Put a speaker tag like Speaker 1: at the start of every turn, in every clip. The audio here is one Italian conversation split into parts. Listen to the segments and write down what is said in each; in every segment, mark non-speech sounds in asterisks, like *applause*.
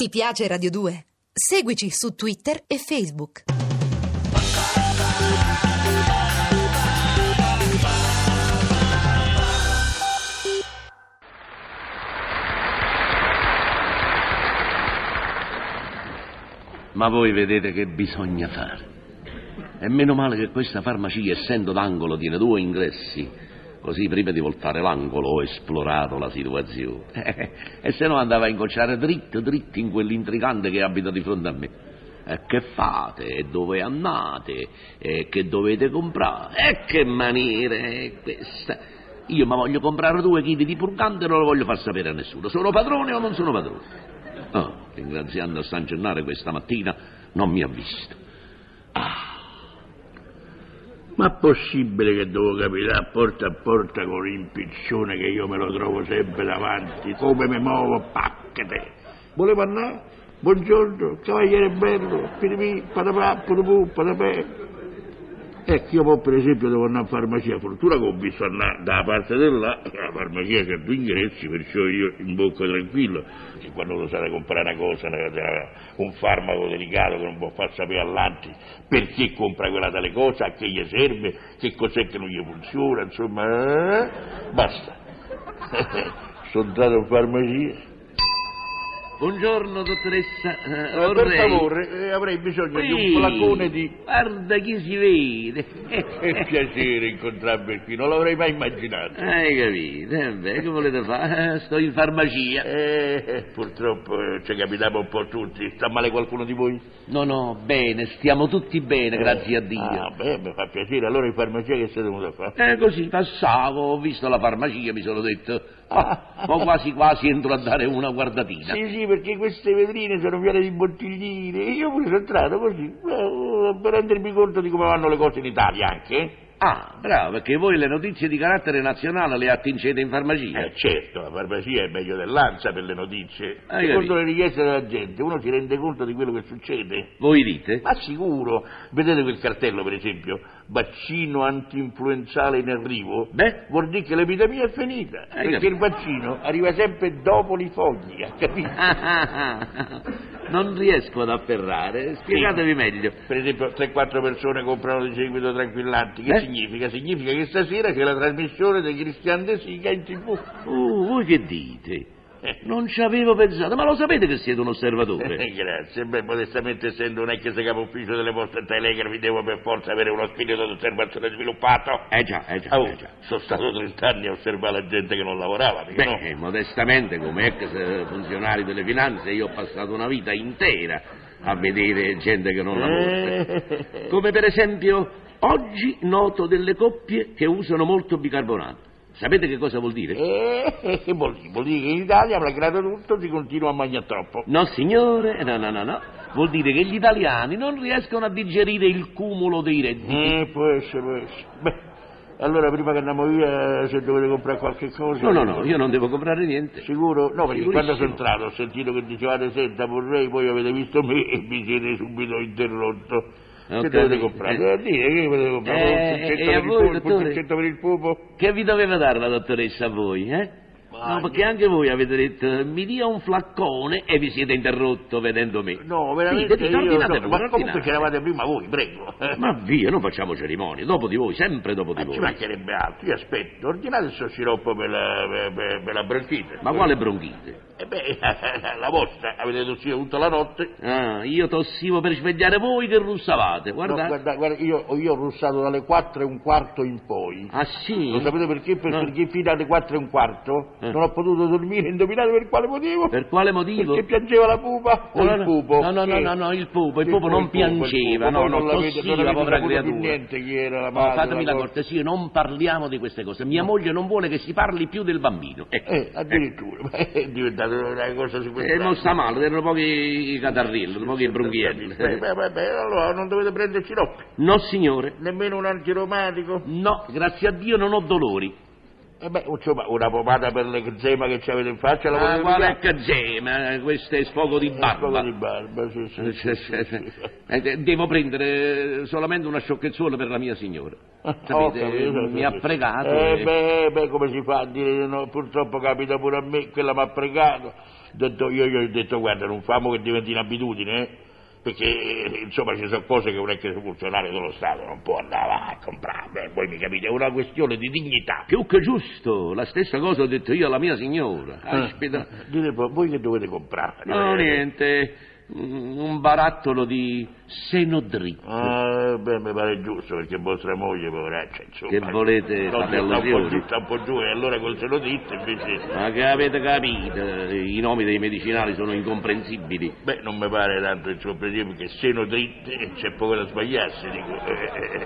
Speaker 1: Ti piace Radio 2? Seguici su Twitter e Facebook.
Speaker 2: Ma voi vedete che bisogna fare. E meno male che questa farmacia, essendo d'angolo, tiene due ingressi. Così prima di voltare l'angolo ho esplorato la situazione. *laughs* e se no andava a incocciare dritto, dritto in quell'intrigante che abita di fronte a me. E che fate? E dove andate? E che dovete comprare? E che maniera è questa? Io mi voglio comprare due chili di purgante e non lo voglio far sapere a nessuno. Sono padrone o non sono padrone? Ah, ringraziando a San Gennaro questa mattina non mi ha visto. Ah.
Speaker 3: Ma possibile che devo capitare porta a porta con l'impiccione che io me lo trovo sempre davanti, come mi muovo, pacchete. Volevo andare? Buongiorno, cavaliere bello, piripì, patapà, purupù, patapè. Ecco, io poi per esempio devo andare in farmacia, fortuna che ho visto andare da parte di là, la farmacia c'ha due ingressi, perciò io in bocca tranquillo, che quando uno sa da comprare una cosa, una- una- un farmaco delicato che non può far sapere all'altro perché compra quella tale cosa, a che gli serve, che cos'è che non gli funziona, insomma, eh, basta. *laughs* Sono andato in farmacia.
Speaker 2: Buongiorno, dottoressa. Eh,
Speaker 3: Eh, Per
Speaker 2: vorrei-
Speaker 3: favore, eh, avrei bisogno di
Speaker 2: Sì,
Speaker 3: un flacone di...
Speaker 2: Guarda chi si vede.
Speaker 3: *laughs* Che piacere incontrarvi qui, non l'avrei mai immaginato.
Speaker 2: Hai capito? Eh beh, che volete fare? Eh, Sto in farmacia.
Speaker 3: Eh, purtroppo eh, ci capitava un po' tutti. Sta male qualcuno di voi?
Speaker 2: No, no, bene, stiamo tutti bene, grazie a
Speaker 3: Ah,
Speaker 2: Dio.
Speaker 3: beh, mi fa piacere. Allora in farmacia che siete venuti a fare?
Speaker 2: Eh, così passavo, ho visto la farmacia, mi sono detto,
Speaker 3: *laughs*
Speaker 2: ah, ma quasi quasi entro a dare una guardatina.
Speaker 3: Sì, sì, perché queste vetrine sono piene di bottigline e io pure sono entrato così, eh, per rendermi conto di come vanno le cose in Italia anche. eh.
Speaker 2: Ah, bravo, perché voi le notizie di carattere nazionale le attingete in farmacia.
Speaker 3: Eh, certo, la farmacia è meglio dell'anza per le notizie.
Speaker 2: Ah, capito.
Speaker 3: Secondo le richieste della gente, uno si rende conto di quello che succede.
Speaker 2: Voi dite?
Speaker 3: Ma sicuro, vedete quel cartello per esempio, vaccino antinfluenzale in arrivo?
Speaker 2: Beh. *laughs*
Speaker 3: Vuol dire che l'epidemia è finita,
Speaker 2: Hai
Speaker 3: perché
Speaker 2: capito.
Speaker 3: il vaccino arriva sempre dopo l'ifoglia,
Speaker 2: Ah,
Speaker 3: capito?
Speaker 2: Non riesco ad afferrare, spiegatevi meglio.
Speaker 3: Per esempio 3-4 persone comprano di seguito tranquillanti, che
Speaker 2: Eh?
Speaker 3: significa? Significa che stasera c'è la trasmissione di Cristian De Sica in tv.
Speaker 2: Uh, voi che dite?
Speaker 3: Eh.
Speaker 2: Non ci avevo pensato, ma lo sapete che siete un osservatore? *laughs*
Speaker 3: Eh, Grazie, beh, modestamente essendo un ex capo ufficio delle poste e telegrafi devo per forza avere uno spirito di osservazione sviluppato.
Speaker 2: Eh già, eh già,
Speaker 3: Oh,
Speaker 2: eh già.
Speaker 3: sono stato 30 anni a osservare la gente che non lavorava, perché no?
Speaker 2: Beh, eh, modestamente come ex eh, funzionario delle finanze io ho passato una vita intera a vedere gente che non lavora.
Speaker 3: Eh,
Speaker 2: Come per esempio, oggi noto delle coppie che usano molto bicarbonato. Sapete che cosa vuol dire?
Speaker 3: eh, che vuol dire? Vuol dire che in Italia, malgrado tutto, si continua a mangiare troppo.
Speaker 2: No, signore, no, no, no, no. Vuol dire che gli italiani non riescono a digerire il cumulo dei redditi.
Speaker 3: Eh, può essere, può essere. Beh, allora prima che andiamo via, se dovete comprare qualche cosa...
Speaker 2: No, no, no, io non devo comprare niente.
Speaker 3: Sicuro? No, perché quando
Speaker 2: Sicurissimo.
Speaker 3: sono entrato ho sentito che dicevate senta vorrei, poi avete visto me e mi siete subito interrotto.
Speaker 2: Ho
Speaker 3: Che dovete
Speaker 2: capito.
Speaker 3: comprare? Eh, dire che potete comprare?
Speaker 2: Eh,
Speaker 3: un
Speaker 2: e
Speaker 3: succetto
Speaker 2: a
Speaker 3: per il
Speaker 2: voi,
Speaker 3: polpo, un
Speaker 2: dottore?
Speaker 3: succetto per il pupo?
Speaker 2: Che vi doveva dare la dottoressa a voi, eh?
Speaker 3: Ma
Speaker 2: No,
Speaker 3: io-
Speaker 2: perché anche voi avete detto mi dia un flaccone e vi siete interrotto vedendo me.
Speaker 3: No,
Speaker 2: Sì,
Speaker 3: veramente
Speaker 2: dite,
Speaker 3: io...
Speaker 2: ordinate
Speaker 3: so-
Speaker 2: voi,
Speaker 3: ma comunque
Speaker 2: ordinate.
Speaker 3: c'eravate prima voi, prego.
Speaker 2: Ma via, non facciamo cerimonie, dopo di voi, sempre dopo di
Speaker 3: Ma ci
Speaker 2: voi.
Speaker 3: mancherebbe altro, io aspetto. Ordinate il suo sciroppo per la, per- per- per la bronchite.
Speaker 2: Ma quale bronchite?
Speaker 3: Eh beh, *laughs* la vostra, avete tossito tutta la notte.
Speaker 2: Ah, io tossivo per svegliare voi che russavate, guardate.
Speaker 3: No, guarda, guarda, io, io ho russato dalle 4 e un quarto in poi.
Speaker 2: Ah sì?
Speaker 3: Lo sapete perché? Per-
Speaker 2: No.
Speaker 3: Perché fino alle 4 e un quarto
Speaker 2: Eh.
Speaker 3: non ho potuto dormire, indovinate per quale motivo?
Speaker 2: Per quale motivo?
Speaker 3: Perché piangeva la pupa o
Speaker 2: No,
Speaker 3: il
Speaker 2: no,
Speaker 3: pupo?
Speaker 2: No, no, no,
Speaker 3: Sì.
Speaker 2: no, no, il pupo, il
Speaker 3: Sì,
Speaker 2: pupo
Speaker 3: il
Speaker 2: non
Speaker 3: pupo, il
Speaker 2: piangeva,
Speaker 3: pupo.
Speaker 2: no, no,
Speaker 3: non l'avete- non
Speaker 2: tossiva,
Speaker 3: avete
Speaker 2: povera
Speaker 3: saputo più
Speaker 2: creatura.
Speaker 3: niente chi era la
Speaker 2: No,
Speaker 3: madre,
Speaker 2: fatemi la
Speaker 3: cosa.
Speaker 2: cortesia, non parliamo di queste cose. Mia moglie non vuole che si parli più del bambino. Ecco.
Speaker 3: Eh, addirittura, *laughs* ma è diventata una cosa su questo.
Speaker 2: E Eh, non sta male, erano pochi catarrilli, pochi brunghielli.
Speaker 3: Eh, Beh, beh, beh, allora non dovete prendere sciroppi,
Speaker 2: No, signore,
Speaker 3: nemmeno un antiromatico.
Speaker 2: no, grazie a Dio non ho dolori.
Speaker 3: E beh, insomma, una pomata per l'eczema che ci avete in faccia la
Speaker 2: Ma
Speaker 3: potete
Speaker 2: quale
Speaker 3: usare?
Speaker 2: cazzema, eh, questo è sfogo di
Speaker 3: Un po'
Speaker 2: barba.
Speaker 3: Eh, di barba, sì, sì.
Speaker 2: *laughs* Sì, *laughs* sì, sì.
Speaker 3: *laughs*
Speaker 2: Eh, de- Devo prendere solamente una sciocchezzona per la mia signora. Sapete,
Speaker 3: Ho capito,
Speaker 2: mi
Speaker 3: sì,
Speaker 2: ha
Speaker 3: sì.
Speaker 2: pregato.
Speaker 3: Eh
Speaker 2: e-
Speaker 3: beh, beh, come si fa a dire di no? Purtroppo capita pure a me, quella mi ha pregato. Ho detto- io gli ho detto, guarda, non famo che diventi un'abitudine, eh? Perché, eh, insomma, ci sono cose che un ex funzionario dello Stato non può andare a comprare. Beh, voi mi capite, è una questione di dignità.
Speaker 2: Più che giusto, la stessa cosa ho detto io alla mia signora. Aspetta.
Speaker 3: Dite poi, voi che dovete comprare?
Speaker 2: Ah. No,
Speaker 3: Ah. Eh,
Speaker 2: niente, un un barattolo di seno dritto.
Speaker 3: Ah, beh, mi pare giusto perché vostra moglie, poveraccia, insomma.
Speaker 2: Che volete,
Speaker 3: no,
Speaker 2: fratello
Speaker 3: sta un po'
Speaker 2: Fiori?
Speaker 3: giù, sta un po' giù, e allora col seno dritto invece.
Speaker 2: Ma che avete capito? I nomi dei medicinali sono incomprensibili.
Speaker 3: Beh, non mi pare tanto incomprensibile perché seno dritto eh, c'è poco da sbagliarsi, dico. eh,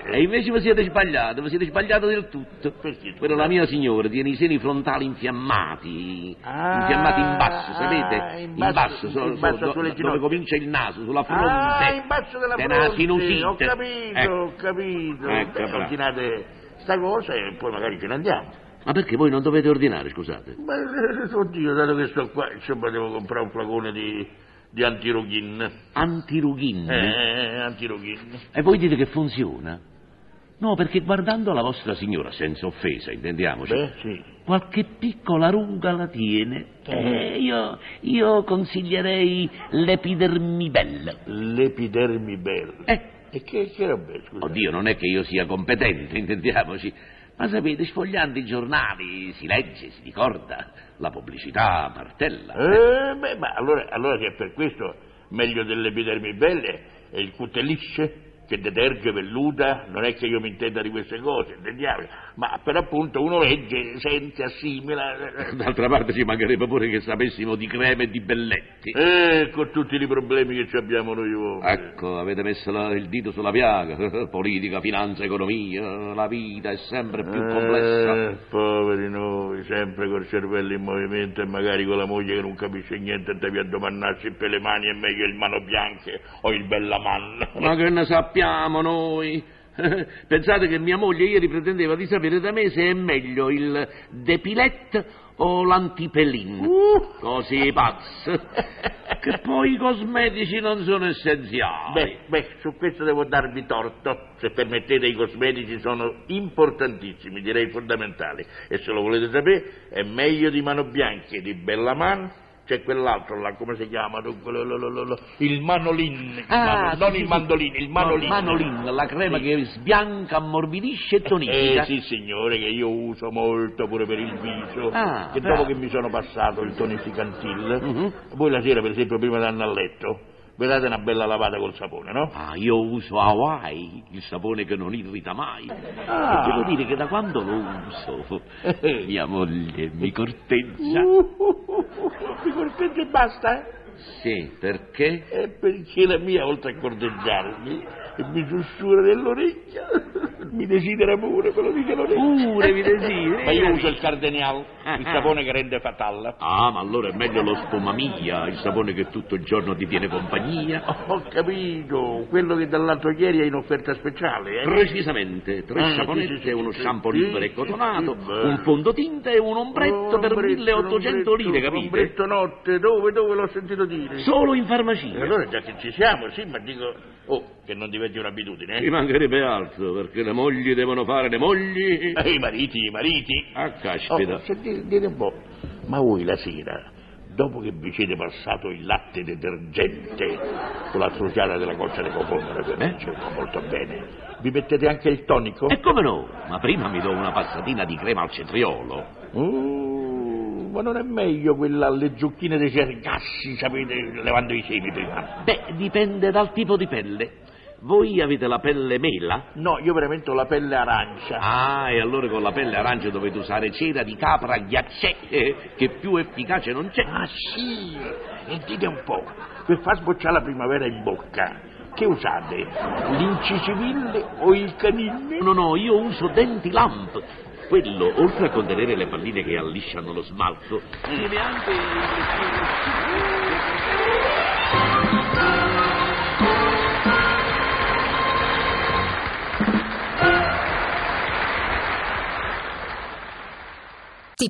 Speaker 3: eh, eh.
Speaker 2: E invece vi siete sbagliato, vi siete sbagliato del tutto.
Speaker 3: Perché?
Speaker 2: Però la mia signora tiene i seni frontali infiammati,
Speaker 3: Ah,
Speaker 2: infiammati in basso, sapete?
Speaker 3: in basso,
Speaker 2: so-
Speaker 3: in basso
Speaker 2: so-
Speaker 3: sulle
Speaker 2: do- dove
Speaker 3: ginocchia.
Speaker 2: comincia il naso, sulla fronte.
Speaker 3: Ah, in basso della
Speaker 2: È
Speaker 3: fronte.
Speaker 2: una sinusite.
Speaker 3: Ho capito,
Speaker 2: Eh,
Speaker 3: ho capito.
Speaker 2: Ecco,
Speaker 3: Beh,
Speaker 2: bravo.
Speaker 3: ordinate sta cosa e poi magari ce ne andiamo.
Speaker 2: Ma perché voi non dovete ordinare, scusate?
Speaker 3: Ma eh, oddio, dato che sto qua, insomma, devo comprare un flacone di, di antirughin.
Speaker 2: Antirughin.
Speaker 3: Eh, antirughin.
Speaker 2: E voi dite che funziona? No, perché guardando la vostra signora, senza offesa, intendiamoci,
Speaker 3: Beh, sì.
Speaker 2: qualche piccola ruga la tiene. Eh, io, io consiglierei l'epidermibella.
Speaker 3: L'epidermi bella.
Speaker 2: Eh,
Speaker 3: E che, che roba, è, scusa?
Speaker 2: oddio, non è che io sia competente, intendiamoci. Ma sapete, sfogliando i giornali si legge, si ricorda, la pubblicità martella.
Speaker 3: Eh, beh, ma allora, allora se è per questo meglio dell'epidermi belle è il cutellisce che deterge velluta, non è che io mi intenda di queste cose, intendiamo, ma per appunto uno legge, sente, assimila, eh,
Speaker 2: D'altra parte ci mancherebbe pure che sapessimo di creme e di belletti.
Speaker 3: eh, con tutti i problemi che ci abbiamo noi uomini.
Speaker 2: Ecco, avete messo la- il dito sulla piaga. Politica, finanza, economia, la vita è sempre più complessa.
Speaker 3: Eh, poveri noi, sempre col cervello in movimento e magari con la moglie che non capisce niente e devi addomannarsi per le mani è meglio il mano bianche o il bellamanno.
Speaker 2: Ma che ne sappiamo noi? *laughs* Pensate che mia moglie ieri pretendeva di sapere da me se è meglio il depilet o l'antipelin.
Speaker 3: Uh.
Speaker 2: Così *laughs* pazzo. che poi i cosmetici non sono essenziali.
Speaker 3: *laughs* Beh, beh, su questo devo darvi torto. Se permettete, i cosmetici sono importantissimi, direi fondamentali. E se lo volete sapere, è meglio di Mano Bianche, di Bellaman, c'è quell'altro là, come si chiama? Dunque, lo- lo- lo- lo- lo- Il Manolin. il mano-
Speaker 2: ah, sì,
Speaker 3: non
Speaker 2: sì,
Speaker 3: il
Speaker 2: sì.
Speaker 3: mandolino, il
Speaker 2: No,
Speaker 3: Manolin.
Speaker 2: Manolin, la crema che sbianca, ammorbidisce e
Speaker 3: Eh
Speaker 2: tonifica.
Speaker 3: sì signore, che io uso molto pure per il viso,
Speaker 2: Ah,
Speaker 3: che
Speaker 2: bravo.
Speaker 3: dopo che mi sono passato il tonificantil,
Speaker 2: Mhm.
Speaker 3: voi la sera per esempio prima di andare a letto, vi date una bella lavata col sapone, no?
Speaker 2: Ah, io uso Hawaii, il sapone che non irrita mai. E
Speaker 3: Ah.
Speaker 2: devo dire che da quando lo *laughs* uso,
Speaker 3: Eh.
Speaker 2: mia moglie mi corteggia.
Speaker 3: Uh, uh, uh, uh, Mi corteggia e basta, eh?
Speaker 2: Sì, perché?
Speaker 3: E perché la mia, oltre a corteggiarmi, mi sussurra nell'orecchio, *laughs* mi desidera pure, me lo dice l'orecchio.
Speaker 2: Pure mi desidera.
Speaker 3: *laughs* Ma io uso il cardenial,
Speaker 2: Ah,
Speaker 3: il
Speaker 2: ah.
Speaker 3: sapone che rende fatalla.
Speaker 2: Ah, ma allora è meglio lo spumamia, il sapone che tutto il giorno ti tiene compagnia. Oh,
Speaker 3: Ho capito, quello che dall'altro ieri è in offerta speciale, eh?
Speaker 2: Precisamente, tre
Speaker 3: Ah, sì,
Speaker 2: saponette,
Speaker 3: sì, sì,
Speaker 2: uno
Speaker 3: sì,
Speaker 2: shampoo
Speaker 3: sì,
Speaker 2: libero e
Speaker 3: sì,
Speaker 2: cotonato,
Speaker 3: sì, bello.
Speaker 2: un fondotinta e un ombretto per 1800 lire,
Speaker 3: Un
Speaker 2: capite?
Speaker 3: ombretto notte, dove, dove l'ho sentito dire?
Speaker 2: Solo in
Speaker 3: E
Speaker 2: farmacia.
Speaker 3: allora già che ci siamo, sì, ma dico, oh, che non diventi un'abitudine, eh?
Speaker 2: Ci mancherebbe altro, perché le mogli devono fare le mogli.
Speaker 3: Eh, I mariti, i mariti.
Speaker 2: Ah,
Speaker 3: Oh,
Speaker 2: caspita.
Speaker 3: sentite, dite un po', ma voi la sera, dopo che vi siete passato il latte detergente con la truciata della coccia di cocomero, che
Speaker 2: Eh? Ecco.
Speaker 3: non ci va molto bene, vi mettete anche il tonico?
Speaker 2: E come no? Ma prima mi do una passatina di crema al cetriolo.
Speaker 3: Uh, ma non è meglio quella alle zucchine dei cergassi, sapete, levando i semi prima?
Speaker 2: Beh, dipende dal tipo di pelle. Voi avete la pelle mela?
Speaker 3: No, io veramente ho la pelle arancia.
Speaker 2: Ah, e allora con la pelle arancia dovete usare cera di capra ghiacciè, eh, che più efficace non c'è.
Speaker 3: Ah sì, e dite un po', per far sbocciare la primavera in bocca, che usate? L'incisiville o il canile?
Speaker 2: No, no, io uso Dentilamp. Quello, oltre a contenere le palline che allisciano lo smalto, tiene anche...
Speaker 1: Ti